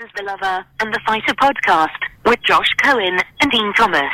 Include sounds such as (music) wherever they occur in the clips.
is The Lover and The Fighter podcast with Josh Cohen and Dean Thomas.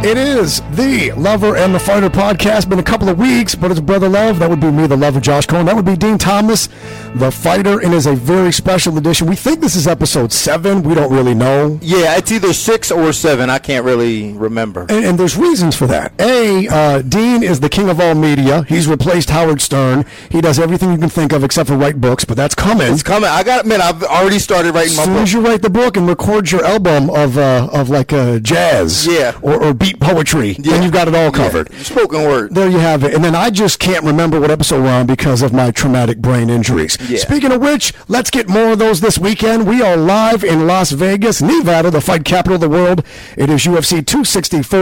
It is the Lover and the Fighter podcast. Been a couple of weeks, but it's Brother Love. That would be me, the lover, Josh Cohen. That would be Dean Thomas, the fighter, and is a very special edition. We think this is episode seven. We don't really know. Yeah, it's either six or seven. I can't really remember. And, and there's reasons for that. A, uh, Dean is the king of all media. He's replaced Howard Stern. He does everything you can think of except for write books, but that's coming. It's coming. I got man. I've already started writing As my soon book. as you write the book and record your album of uh, of like uh, jazz, Yeah. or, or beat poetry, then you've got it all covered. Yeah, spoken word. There you have it. And then I just can't remember what episode we're on because of my traumatic brain injuries. Yeah. Speaking of which, let's get more of those this weekend. We are live in Las Vegas, Nevada, the fight capital of the world. It is UFC 264.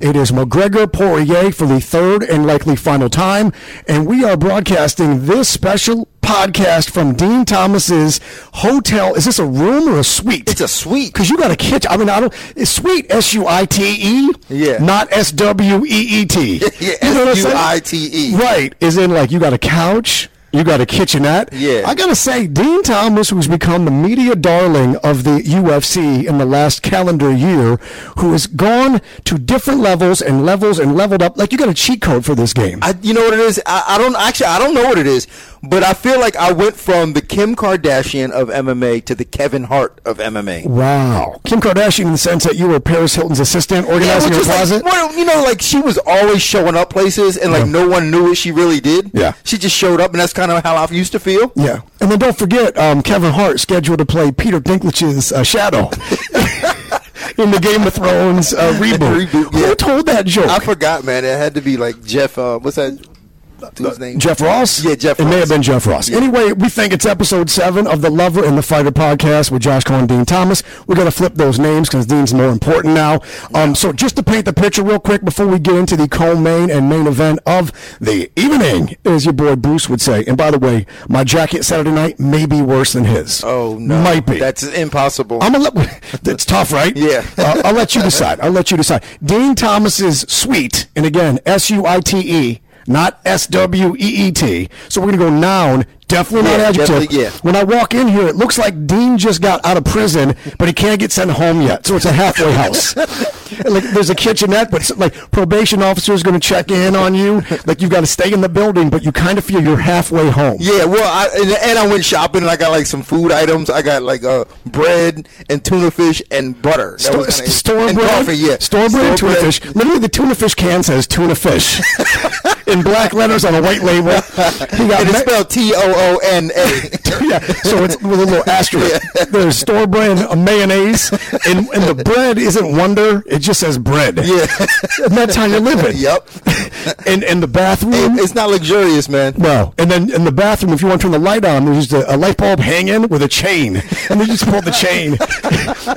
It is McGregor Poirier for the third and likely final time. And we are broadcasting this special podcast from Dean Thomas's hotel. Is this a room or a suite? It's a sweet. Because you got a kitchen. I mean, I don't. It's sweet. S U I T E. Yeah. Not S W E E T. (laughs) Yeah, You know what I'm saying? S-U-I-T-E. Right. Is in like you got a couch. You got a kitchenette. Yeah. I gotta say, Dean Thomas, who's become the media darling of the UFC in the last calendar year, who has gone to different levels and levels and leveled up. Like you got a cheat code for this game. I, you know what it is? I, I don't actually. I don't know what it is, but I feel like I went from the Kim Kardashian of MMA to the Kevin Hart of MMA. wow. Kim Kardashian in the sense that you were Paris Hilton's assistant Yeah, organizing which her is like- closet. well, you know, like she was always showing up places, and like no one knew what she really did. Yeah. she just showed up, and that's kind of how I used to feel. Yeah, and then don't forget um, Kevin Hart scheduled to play Peter Dinklage's uh, shadow (laughs) in the Game of Thrones (laughs) uh, reboot. Reboot, yeah. Who told that joke? I forgot, man. It had to be like Jeff. Uh, what's that? Dude's name? Jeff Ross? Yeah, Jeff It may Ross. have been Jeff Ross. Anyway, we think it's episode seven of the Lover and the Fighter podcast with Josh Cohen and Dean Thomas. We're going to flip those names because Dean's more important now. Um, so just to paint the picture real quick before we get into the co-main and main event of the evening, as your boy Bruce would say. And by the way, my jacket Saturday night may be worse than his. Oh no, Might be. That's impossible. I'm gonna let. (laughs) That's tough, right? Yeah. Uh, I'll let you decide. I'll let you decide. Dean Thomas's suite, and again, S U I T E, not S W E E T. So we're gonna go noun, definitely not Yeah, adjective. definitely, yeah. When I walk in here, it looks like Dean just got out of prison, but he can't get sent home yet. So it's a halfway house. (laughs) like there's a kitchenette, but it's like probation officer is gonna check in on you. Like you've got to stay in the building, but you kind of feel you're halfway home. Yeah, well, I, and, and I went shopping and I got like some food items. I got like uh, bread and tuna fish and butter. That Store, was kinda- store and bread, coffee, yeah. store bread, and Store tuna fish. Literally, the tuna fish can says tuna (laughs) fish in black letters on a white label. You got And it's me- spelled T O O N A. (laughs) yeah, so it's with a little asterisk. There's store brand uh, mayonnaise, and, and the bread isn't Wonder. It just says bread. Yeah. and that's how you're (laughs) living. Yep. (laughs) And and the bathroom. It's not luxurious, man. no, and then in the bathroom, if you want to turn the light on, there's just a, a light bulb hanging with a chain, and then you just pull the chain,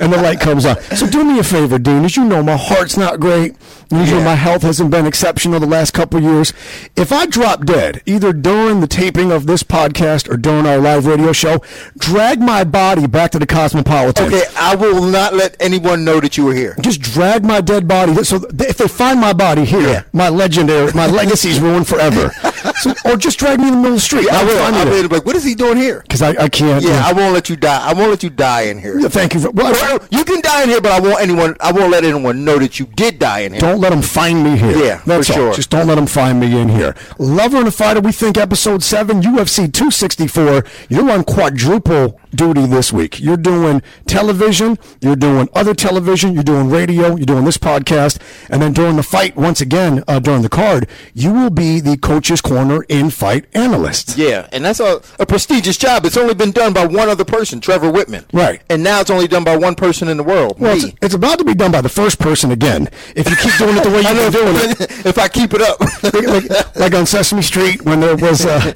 (laughs) and the light comes on. So do me a favor, Dean. As you know, my heart's not great. Usually, Yeah. my health hasn't been exceptional the last couple of years. If I drop dead, either during the taping of this podcast or during our live radio show, drag my body back to the Cosmopolitan. Okay, I will not let anyone know that you were here. Just drag my dead body. So th- if they find my body here, Yeah. my legendary, my legacy's ruined (laughs) forever. So, or just drag me in the middle of the street. I I'll will. find I'll you. be like, what is he doing here? because I, I can't. Yeah, I won't let you die. I won't let you die in here. Yeah, thank you. For, well, I- Well, You can die in here, but I won't anyone. I won't let anyone know that you did die in here. don't let them find me here. Yeah, that's for all. sure. Just don't let them find me in here. Lover and a fighter. We think episode seven, UFC 264. You're on quadruple duty this week. You're doing television. You're doing other television. You're doing radio. You're doing this podcast, and then during the fight, once again uh, during the card, you will be the coach's corner in fight analyst. Yeah, and that's a, a prestigious job. It's only been done by one other person, Trevor Whitman. Right. And now it's only done by one person in the world, Well, me. it's, it's about to be done by the first person again. If you keep doing it the way (laughs) I know you're doing it, if I keep it up. like, like on Sesame Street when there was (laughs) uh,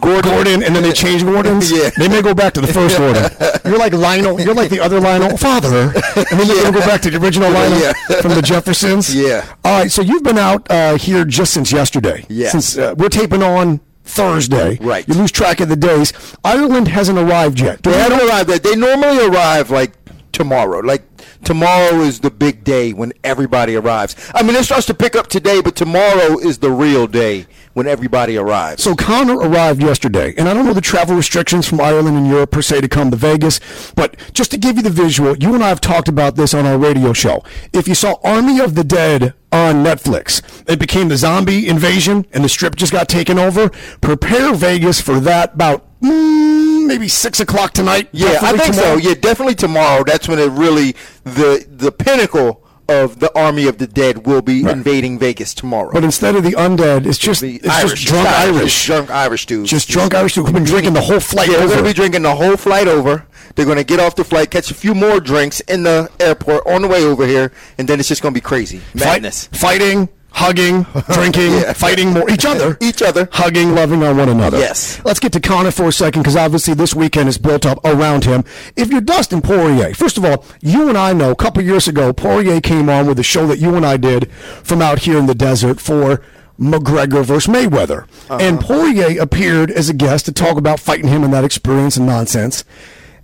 Gordon. and then they changed Gordons. Yeah. They may go back to the first Gordon. You're like Lionel. You're like the other Lionel, father. And then they're going to go back to the original Lionel Yeah. (laughs) from the Jeffersons. Yeah. All right. So you've been out uh, here just since yesterday. Yes. Since uh, we're taping on. Thursday. Right. You lose track of the days. Ireland hasn't arrived yet. Do (laughs) they we don't know- arrive that. They normally arrive like tomorrow. Like tomorrow is the big day when everybody arrives. I mean, it starts to pick up today, but tomorrow is the real day when everybody arrives. So Connor arrived yesterday, and I don't know the travel restrictions from Ireland and Europe per se to come to Vegas, but just to give you the visual, you and I have talked about this on our radio show. If you saw Army of the Dead on Netflix, it became the zombie invasion, and the strip just got taken over. Prepare Vegas for that about mm, maybe six o'clock tonight. yeah, I preferably think tomorrow. so. Yeah, definitely tomorrow. That's when it really the the pinnacle of the army of the dead will be invading Vegas tomorrow. But instead of the undead, it's just the it's just drunk it's Irish, just drunk Irish dudes. just drunk Irish who've been drinking the whole flight. Yeah, they're over. going to be drinking the whole flight over. They're going to get off the flight, catch a few more drinks in the airport on the way over here, and then it's just going to be crazy Fight- madness. fighting, (laughs) hugging, drinking, fighting more each other, Each other. hugging, loving on one another. Yes. Let's get to Connor for a second because obviously this weekend is built up around him. If you're Dustin Poirier, first of all, you and I know a couple years ago Poirier came on with a show that you and I did from out here in the desert for. McGregor versus Mayweather. Uh-huh. And Poirier appeared as a guest to talk about fighting him and that experience and nonsense.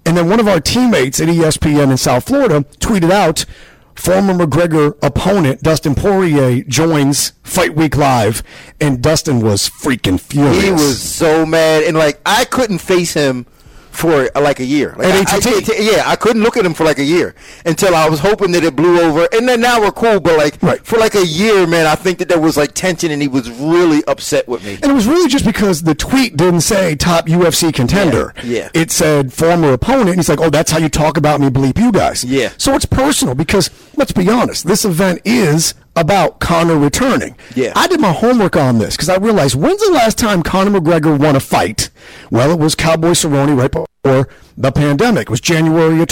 And then one of our teammates at E ESPN in South Florida tweeted out former McGregor opponent Dustin Poirier joins Fight Week Live, and Dustin was freaking furious. He was so mad, and like I couldn't face him for uh, like a year. Like, At I- ATT? I- I- yeah, I couldn't look at him for like a year until I was hoping that it blew over, and then now we're cool. But like Right. for like a year, man, I think that there was like tension, and he was really upset with me. And it was really just because the tweet didn't say top UFC contender. Yeah, yeah. It said former opponent. And he's like, oh, that's how you talk about me, bleep you guys. Yeah. So it's personal because, let's be honest, this event is about Conor returning. Yeah. I did my homework on this because I realized when's the last time Conor McGregor won a fight? Well, it was Cowboy Cerrone right before the pandemic. It was January of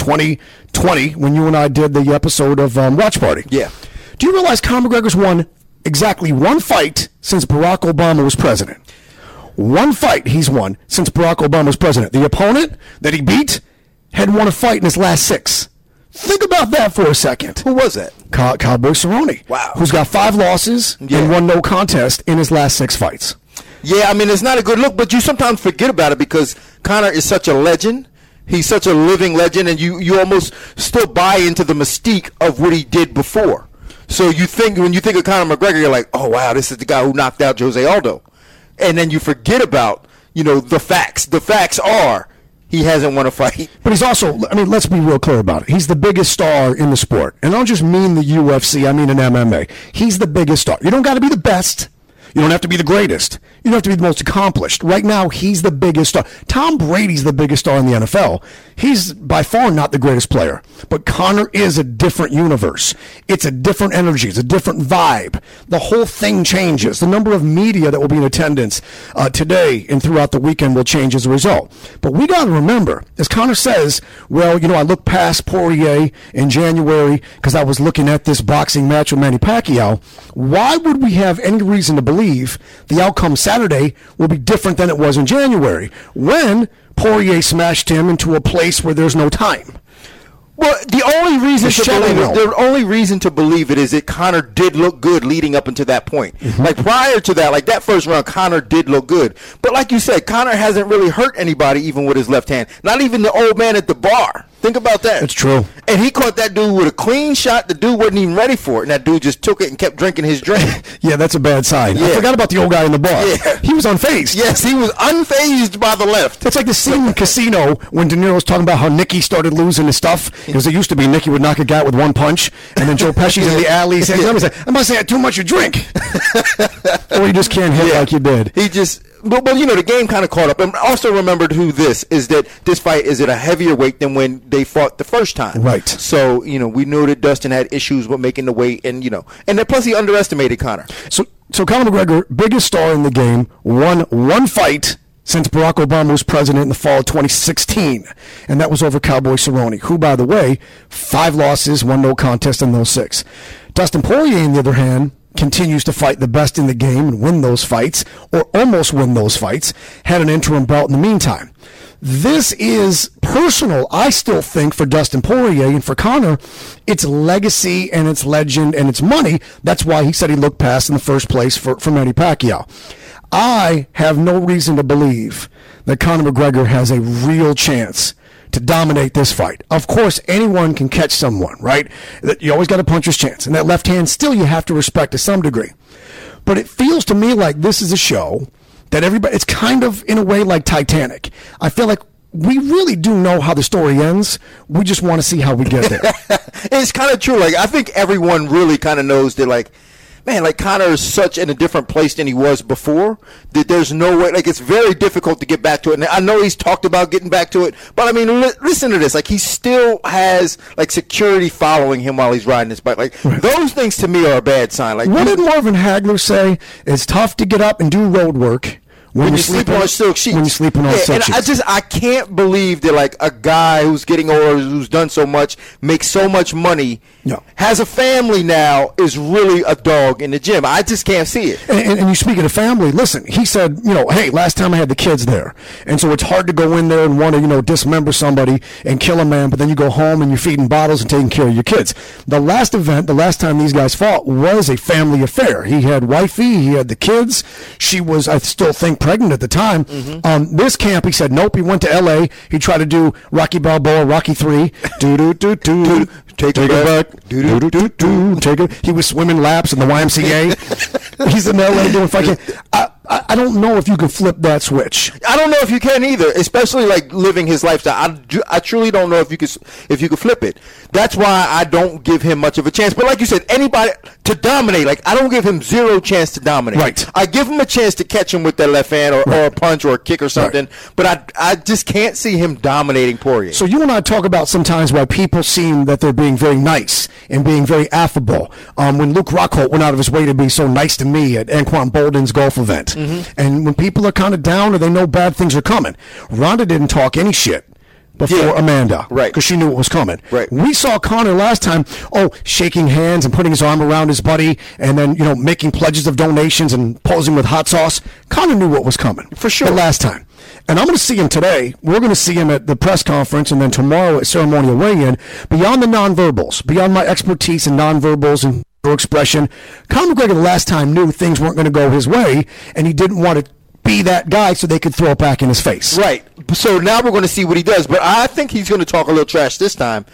2020 when you and I did the episode of um, Watch Party. Yeah. Do you realize Conor McGregor's won exactly one fight since Barack Obama was president? One fight he's won since Barack Obama was president. The opponent that he beat had won a fight in his last six. Think about that for a second. Who was that? Cow- Cowboy Cerrone, Wow. who's got five losses Yeah. and one no contest in his last six fights. Yeah, I mean it's not a good look, but you sometimes forget about it because Connor is such a legend. He's such a living legend, and you you almost still buy into the mystique of what he did before. So you think when you think of Conor McGregor, you're like, oh wow, this is the guy who knocked out Jose Aldo, and then you forget about you know the facts. The facts are he hasn't won a fight. But he's also, I mean, let's be real clear about it. He's the biggest star in the sport. And I don't just mean the UFC, I mean in MMA. He's the biggest star. You don't got to be the best. You don't have to be the greatest. You don't have to be the most accomplished. Right now, he's the biggest star. Tom Brady's the biggest star in the NFL. He's by far not the greatest player. But Connor is a different universe. It's a different energy. It's a different vibe. The whole thing changes. The number of media that will be in attendance uh, today and throughout the weekend will change as a result. But we got to remember, as Connor says, well, you know, I looked past Poirier in January because I was looking at this boxing match with Manny Pacquiao. Why would we have any reason to believe the outcome Saturday will be different than it was in January when Poirier smashed him into a place where there's no time? Well, the only reason The to shallow believe it, realm. the only reason to believe it is that Connor did look good leading up until that point. Like prior to that, like that first round, Connor did look good. But like you said, Connor hasn't really hurt anybody even with his left hand. Not even the old man at the bar. Think about that. It's true. And he caught that dude with a clean shot. The dude wasn't even ready for it, and that dude just took it and kept drinking his drink. (laughs) Yeah, that's a bad sign. I Yeah. forgot about the old guy in the bar. Yeah. He was unfazed. yes, he was unfazed by the left. It's like the scene in Casino when De Niro was talking about how Nicky started losing his stuff. Because it used to be Nicky would knock a guy out with one punch, and then Joe Pesci's in the alley saying, somebody's like, I must have had too much to drink. (laughs) or you just can't hit like you did. He just, but, but you know, the game kind of caught up. And also remembered who this is that this fight is at a heavier weight than when they fought the first time. Right. So you know, we knew that Dustin had issues with making the weight, and you know, and then plus he underestimated Connor. So, so Conor McGregor, biggest star in the game, won one fight since Barack Obama was president in the fall of 2016, and that was over Cowboy Cerrone, who, by the way, five losses, one no contest in those six. Dustin Poirier, on the other hand, continues to fight the best in the game and win those fights, or almost win those fights. Had an interim belt in the meantime. This is personal, I still think, for Dustin Poirier and for Connor. It's legacy and it's legend and it's money. That's why he said he looked past in the first place for, for Manny Pacquiao. I have no reason to believe that Conor McGregor has a real chance to dominate this fight. Of course, anyone can catch someone, right? That- You always got a puncher's chance. And that left hand, still, you have to respect to some degree. But it feels to me like this is a show that everybody, it's kind of in a way like Titanic. I feel like we really do know how the story ends. We just want to see how we get there. (laughs) it's kind of true. Like I think everyone really kind of knows that. Like, man, like Connor is such in a different place than he was before. That there's no way. Like it's very difficult to get back to it. And I know he's talked about getting back to it, but I mean, li- listen to this. Like he still has like security following him while he's riding his bike. Like those things to me are a bad sign. Like What you- did Marvin Hagler say? It's tough to get up and do road work when, when you're you sleep sleeping on silk sheets. When you're sleeping on Yeah, silk and sheets. I just I can't believe that like a guy who's getting older, who's done so much, makes so much money, No. has a family now, is really a dog in the gym. I just can't see it. and, and, and you speak of the family. Listen, he said, you know, hey, last time I had the kids there, and so it's hard to go in there and want to, you know, dismember somebody and kill a man, but then you go home and you're feeding bottles and taking care of your kids. The last event, the last time these guys fought, was a family affair. He had wifey, he had the kids. She was, I still think, pregnant at the time. Um, this camp, he said, nope. He went to L.A. He tried to do Rocky Balboa, Rocky (laughs) Three, do do do do, Take a breath. do do do do do. Take it. He was swimming laps in the YMCA. He's in LA doing fucking. I, I I don't know if you can flip that switch. I don't know if you can either, especially like living his lifestyle. I, ju- I truly don't know if you could s- if you could flip it. That's why I don't give him much of a chance. But like you said, anybody to dominate, like I don't give him zero chance to dominate. Right. I give him a chance to catch him with that left hand or, or a punch or a kick or something. But I I just can't see him dominating Poirier. So you and I talk about sometimes why people seem that they're being very nice and being very affable. Um, when Luke Rockhold went out of his way to be so nice to me at Anquan Bolden's golf event, and when people are kind of down or they know bad things are coming, Rhonda didn't talk any shit. Before Yeah. Amanda, Right. Because she knew what was coming. Right. We saw Connor last time. Oh, shaking hands and putting his arm around his buddy, and then you know making pledges of donations and posing with hot sauce. Connor knew what was coming for sure last time. And I'm going to see him today. We're going to see him at the press conference and then tomorrow at ceremonial weigh-in. Beyond the nonverbals, beyond my expertise in nonverbals and your expression, Conor McGregor the last time knew things weren't going to go his way, and he didn't want to be that guy so they could throw it back in his face. Right. So now we're going to see what he does, but I think he's going to talk a little trash this time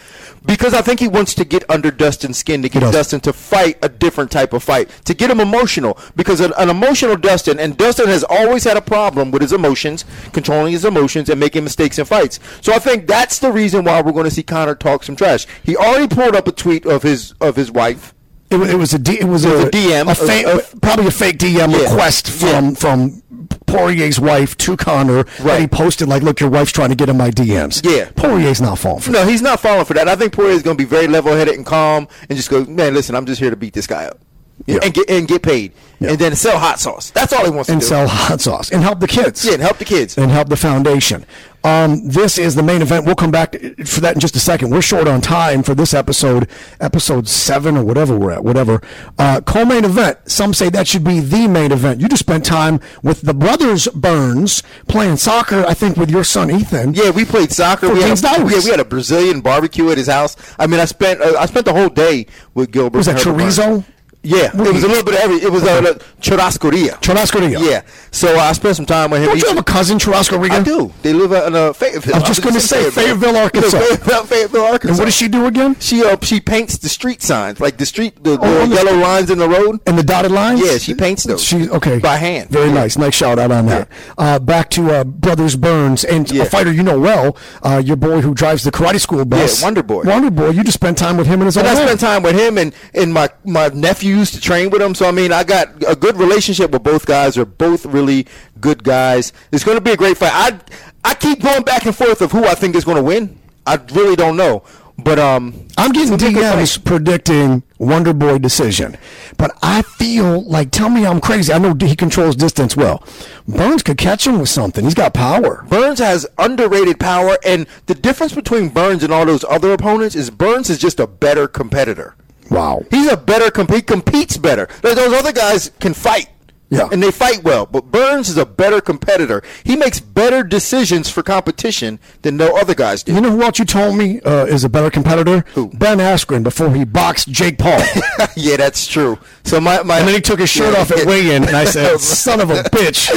because I think he wants to get under Dustin's skin to get does. Dustin to fight a different type of fight, to get him emotional because an, an emotional Dustin and Dustin has always had a problem with his emotions, controlling his emotions and making mistakes in fights. So I think that's the reason why we're going to see Connor talk some trash. He already pulled up a tweet of his of his wife. It, wa- it was a D, it was a, a DM, a fa- uh, uh, probably a fake DM Yeah, request from from Poirier's wife to Connor. That Right. he posted like, "Look, your wife's trying to get in my DMs." Yeah. Poirier's not falling for. that. No, he's not falling for that. I think Poirier is going to be very level headed and calm and just go, man, listen, I'm just here to beat this guy up. Yeah. And get and get paid. Yeah. And then sell hot sauce. That's all he wants And to do. sell hot sauce and help the kids. Yeah, and help the kids. and help the foundation. Um, this is the main event. We'll come back to- for that in just a second. We're short on time for this episode, episode seven or whatever we're at, whatever. Uh, co-main event. Some say that should be the main event. You just spent time with the brothers Burns playing soccer. I think with your son Ethan. Yeah, we played soccer. For We had, King's a, Dollars. yeah, we had a Brazilian barbecue at his house. I mean, I spent uh, I spent the whole day with Gilbert. Was that and Herbert chorizo? Burns. Yeah, What it do was you a little bit of every. It was a uh, churrascaria. Churrascaria. Yeah, so uh, I spent some time with him. Don't you He- have a cousin Churrasco Riga? I do. They live out in uh, Fayetteville. I was just gonna say, (laughs) Fayetteville, Arkansas. Fayetteville, Fayetteville, Arkansas. And what does she do again? She uh, she paints the street signs, like the street, the, Oh, on the the yellow lines in the road. And the dotted lines? Yeah, she paints those. She okay By hand. Very Yeah. nice. Nice shout out on that. Uh, back to uh, Brothers Burns and Yeah. a fighter you know well, uh, your boy who drives the karate school bus. Yeah, Wonder Boy. Wonder Boy. You just spent time with him and his And old I man. spent time with him and, and my, my nephews to train with him. So, I mean, I got a good relationship with both guys. They're both really good guys. It's going to be a great fight. I, I keep going back and forth of who I think is going to win. I really don't know. But um, I'm getting it's gonna be a good DMs predicting Wonder Boy decision, but I feel like tell me I'm crazy. I know he controls distance well. Burns could catch him with something. He's got power. Burns has underrated power, and the difference between Burns and all those other opponents is Burns is just a better competitor. Wow. He's a better comp. He competes better. Like, Those other guys can fight. Yeah. And they fight well. But Burns is a better competitor. He makes better decisions for competition than no other guys do. You know who else you told me uh, is a better competitor? Who? Ben Askren before he boxed Jake (laughs) Paul. (laughs) yeah, that's true. So my, my and then he took his shirt Yeah. off at weigh-in, and I (laughs) said, "Son of a bitch,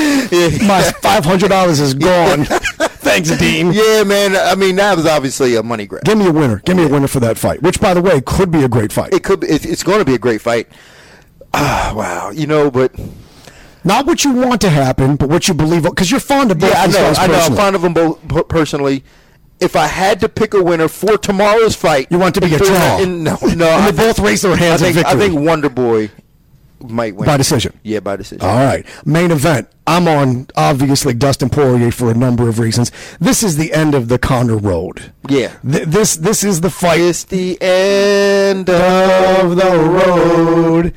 my five hundred dollars is gone. (laughs) Thanks, Dean. Yeah, man. I mean, that was obviously a money grab. Give me a winner. Give me a winner for that fight, which, by the way, could be a great fight. It could. Be, it, it's going to be a great fight. Ah, wow. You know, but Not what you want to happen, but what you believe, because you're fond of both yeah, I these know. guys I know. I'm personally. fond of them both p- personally. If I had to pick a winner for tomorrow's fight, You want it to be a (laughs) there's- draw. and no, And no. they I both raise their hands I in think, I victory. think Wonder Boy might win By decision. Yeah, by decision. All right. Main event. I'm on, obviously, Dustin Poirier for a number of reasons. This is the end of the Connor road. Yeah. Th- this this is the fight It's the end of of the road.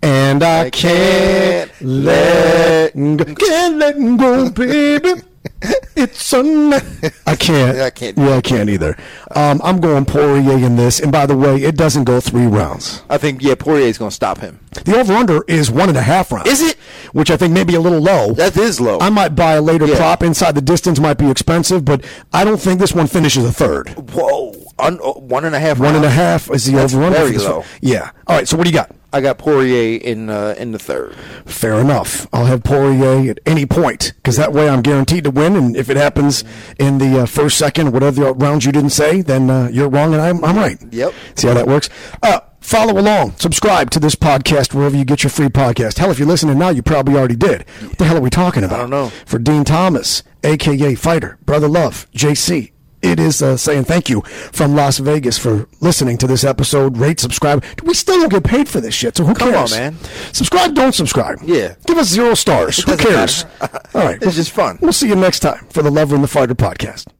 And I can't let go. Can't let go, (laughs) baby. It's a night. I can't. I can't do Yeah, I can't either. Um, I'm going Poirier in this. And by the way, it doesn't go three rounds. I think yeah, Poirier's going to stop him. The over under is one and a half rounds. Is it? Which I think may be a little low. That is low. I might buy a later Yeah. prop. Inside the distance might be expensive, but I don't think this one finishes a third. Whoa, Un- oh, one and a half. One and a rounds. half is the That's over under. very low. Yeah. All right. So what do you got? I got Poirier in uh, in the third. Fair enough. I'll have Poirier at any point because that way I'm guaranteed to win. And if it happens in the uh, first, second, whatever rounds you didn't say, then uh, you're wrong and I'm, I'm right. Yep. See how that works? Uh, follow along. Subscribe to this podcast wherever you get your free podcast. Hell, if you're listening now, you probably already did. What the hell are we talking about? don't know. For Dean Thomas, a.k.a. Fighter, Brother Love, JC. It is uh, saying thank you from Las Vegas for listening to this episode. Rate, subscribe. We still don't get paid for this shit, so who Come on, cares? man. Subscribe, don't subscribe. Yeah. Give us zero stars. Who doesn't cares? matter. (laughs) All right. It's just fun. We'll see you next time for the Lover and the Fighter podcast.